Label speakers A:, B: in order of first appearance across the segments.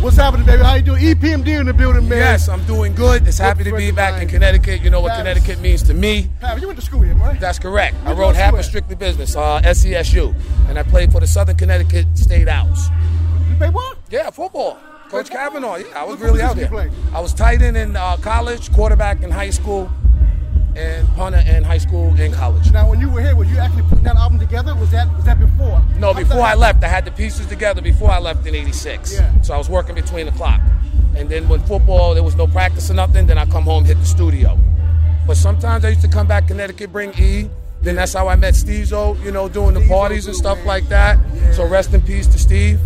A: What's happening, baby? How you doing? E EPMD in the building, man.
B: Yes, I'm doing good. It's
A: Good
B: happy to
A: friend
B: be
A: of
B: back in
A: mine.
B: Connecticut. You know what
A: Yes.
B: Connecticut means to me.
A: Pat, you went to school here, right?
B: That's correct. I
A: Where'd you
B: rode
A: go
B: half
A: to
B: of
A: school
B: Strictly Business, uh, SESU, and I played for the Southern Connecticut State Owls.
A: You play what?
B: Yeah, football. Coach
A: Play football?
B: Kavanaugh. Yeah, I was
A: What
B: really out
A: position you
B: there.
A: played?
B: I was tight end in uh, college, quarterback in high school, and punter in high school and college.
A: Now, when you were here, were you actually putting that album together? Was that was that before?
B: No,
A: I'm
B: before I
A: sorry.
B: left, I had the pieces together before I left in '86.
A: Yeah.
B: So I was working between the clock. And then when football, there was no practice or nothing, then I come home, hit the studio. But sometimes I used to come back Connecticut, bring E. Then that's how I met Steve O, you know, doing the
A: Steve-O
B: parties and
A: too,
B: stuff
A: man.
B: like that. So rest in peace to Steve.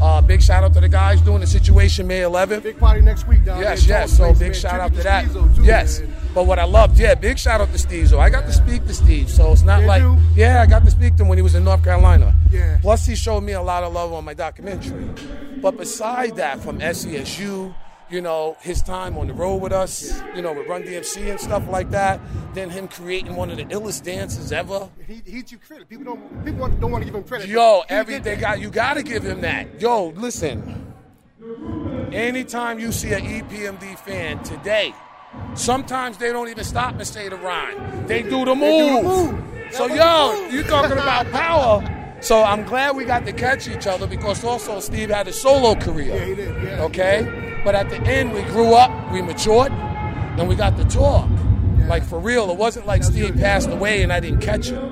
B: Uh, big shout out to the guys doing the situation May 11th.
A: Big party next week down
B: Yes,
A: there.
B: yes. So big shout out to that. yes. But what I loved, yeah, big shout out to Steve. So I got to speak to Steve. So it's not
A: Did
B: like,
A: you?
B: yeah, I got to speak to him when he was in North Carolina.
A: Yeah.
B: Plus, he showed me a lot of love on my documentary. But beside that, from SESU, you know, his time on the road with us, you know, with Run DMC and stuff like that, then him creating one of the illest dances ever.
A: He, he you credit. People don't people want- don't want to give him credit.
B: Yo,
A: He did
B: everything
A: that.
B: got you gotta give him that. Yo, listen. Anytime you see E an EPMD fan today, sometimes they don't even stop and say the rhyme. They do the
A: do the
B: move.
A: move. That's
B: So
A: what
B: yo,
A: they do.
B: you talking about power. So I'm glad we got to catch each other because also Steve had a solo career.
A: Yeah, he did, yeah.
B: Okay? But at the end we grew up, we matured, and we got to talk. Like for real. It wasn't like Steve passed away and I didn't catch him.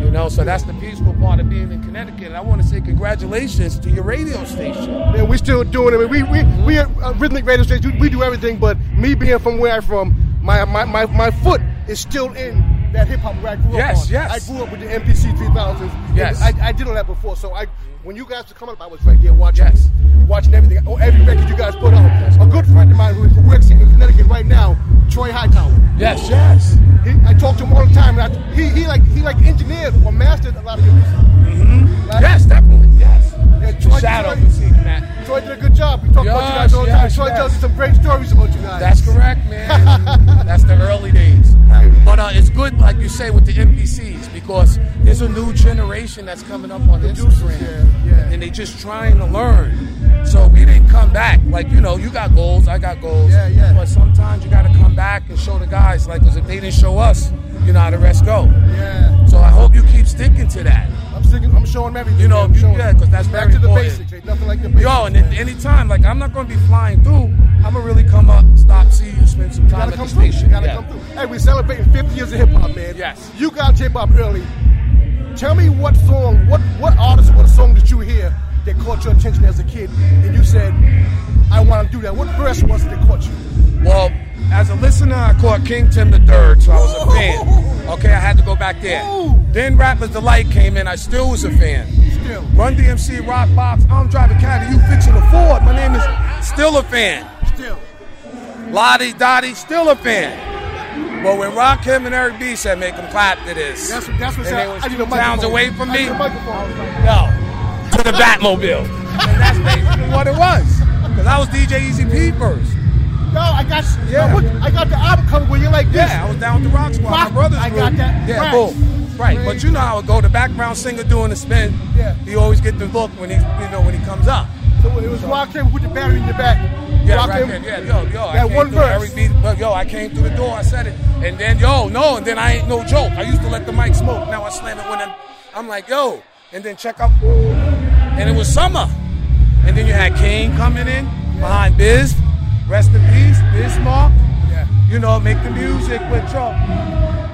B: You know, so that's the peaceful part of being in Connecticut. And I want to say congratulations to your radio station.
A: And we're still doing it. We we we at uh, Rhythmic Radio Station. We do everything, but me being from where I'm from, my my my, my foot is still in that hip hop where I grew
B: Yes,
A: up. on.
B: yes.
A: I grew up with the MPC 3000s. and
B: Yes.
A: I, I did all that before. So I when you guys were coming up, I was right there watching,
B: Yes.
A: watching everything. Oh, every record you guys put out. A good friend of mine who works in Connecticut right now, Troy Hightower.
B: Yes, yes.
A: He, I talk to him all the time. And I, he, he like he like engineered or mastered a lot of your music. Like,
B: Yes, definitely. Yes.
A: Yeah, Troy-
B: Shout out
A: Troy-
B: to Steve Matt.
A: Troy did a good job. We talk about you guys all the
B: Yes,
A: time.
B: yes,
A: Troy
B: yes.
A: tells us some great stories about you guys.
B: That's correct, man. That's the early days. But uh, it's good, like you say, with the NPCs because there's a new generation that's coming up on Instagram,
A: yeah, yeah.
B: and they just trying to learn. So we didn't come back. Like you know, you got goals, I got goals.
A: Yeah, yeah.
B: But sometimes you got to come back and show the guys, like, because if they didn't show us, you know how the rest go.
A: Yeah.
B: So I hope you keep sticking to that.
A: I'm sticking, I'm showing them everything.
B: You know,
A: I'm
B: you-
A: showing
B: yeah,
A: them.
B: 'cause that's
A: Back
B: very
A: to the
B: important.
A: basics. Ain't nothing like the basics.
B: Yo, and then anytime, like I'm not gonna be flying through. I'm gonna really come up, stop, see you, spend some time
A: gotta
B: at
A: come
B: the
A: through.
B: station.
A: You gotta
B: Yeah.
A: come through. Hey, we're celebrating 50 years of hip hop, man.
B: Yes.
A: You got hip hop early. Tell me what song, what what artist, what song did you hear that caught your attention as a kid, and you said, "I want to do that." What verse was it that caught you?
B: Well, as a listener, I caught King Tim the Third, so I was a fan. Okay, I had to go back there.
A: Ooh.
B: Then Rappers Delight came in, I still was a fan.
A: Still.
B: Run DMC, Rock Box, I'm driving caddy, you fixing a Ford. My name is still a fan.
A: Still.
B: Lottie Dottie, still a fan. But when Rock Kim and Eric B said make them clap to this.
A: That's what. That's what.
B: and
A: I,
B: they was
A: I
B: two
A: need a
B: towns
A: microphone.
B: away from
A: I
B: me.
A: need a microphone. I was like,
B: No, to the Batmobile. and that's basically what it was. Because I was DJ Easy P first.
A: No, I got
B: Yeah.
A: yeah. I got the album cover where you're like this.
B: Yeah, I was down with the Rock Squad.
A: Rock,
B: My brother's
A: I
B: group.
A: got that.
B: Yeah,
A: Right.
B: boom. Right, but you know how it go. The background singer doing the spin.
A: Yeah.
B: He always get the look when he, you know, when he comes up.
A: So it was Rock him with the battery in the back.
B: Yeah,
A: Rock
B: right
A: him.
B: there. Yeah, yo, yo. I
A: That
B: came
A: one
B: through
A: verse.
B: Every beat, but yo, I came through the door. I said it, and then yo, no, and then I ain't no joke. I used to let the mic smoke. Now I slam it when I'm, I'm like yo, and then check out, and it was summer, and then you had Kane coming in behind Biz, rest in peace, Bismarck.
A: Yeah.
B: You know, make the music with Trump.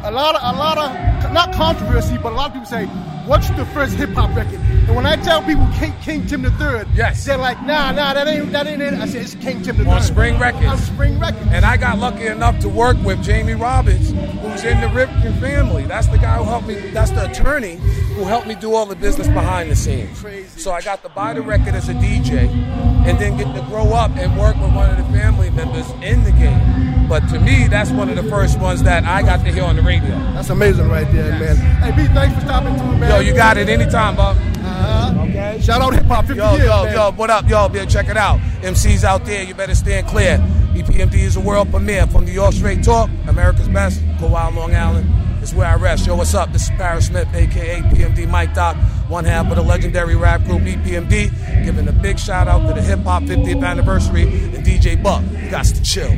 A: A lot of, a lot of, not controversy, but a lot of people say, "What's the first hip hop record?" And when I tell people King, King Tim the Third,
B: Yes.
A: they're like, "Nah, nah, that ain't that ain't it." I said, "It's King Tim the
B: On
A: Third
B: Spring Records.
A: On Spring Records.
B: And I got lucky enough to work with Jamie Robbins, who's in the Ripken family. That's the guy who helped me, that's the attorney who helped me do all the business behind the scenes.
A: Crazy.
B: So I got to buy the record as a DJ and then get to grow up and work with one of the family members in the game. But to me, that's one of the first ones that I got to hear on the radio.
A: That's amazing, right there, man.
B: Yes.
A: Hey, B, thanks for stopping through, man.
B: Yo, you got it anytime, bub.
A: Uh-huh.
B: Okay.
A: Shout out hip hop 50
B: Yo,
A: years,
B: yo,
A: man.
B: yo, what up, y'all? Be check it out. MCs out there, you better stand E clear. EPMD is a world premiere from New York Straight Talk, America's Best, Kowal, Long Island. It's where I rest. Yo, what's up? This is Paris Smith, aka PMD Mike Doc, one half of the legendary rap group E EPMD, giving a big shout out to the hip hop 50th anniversary and DJ Buck. You got to chill.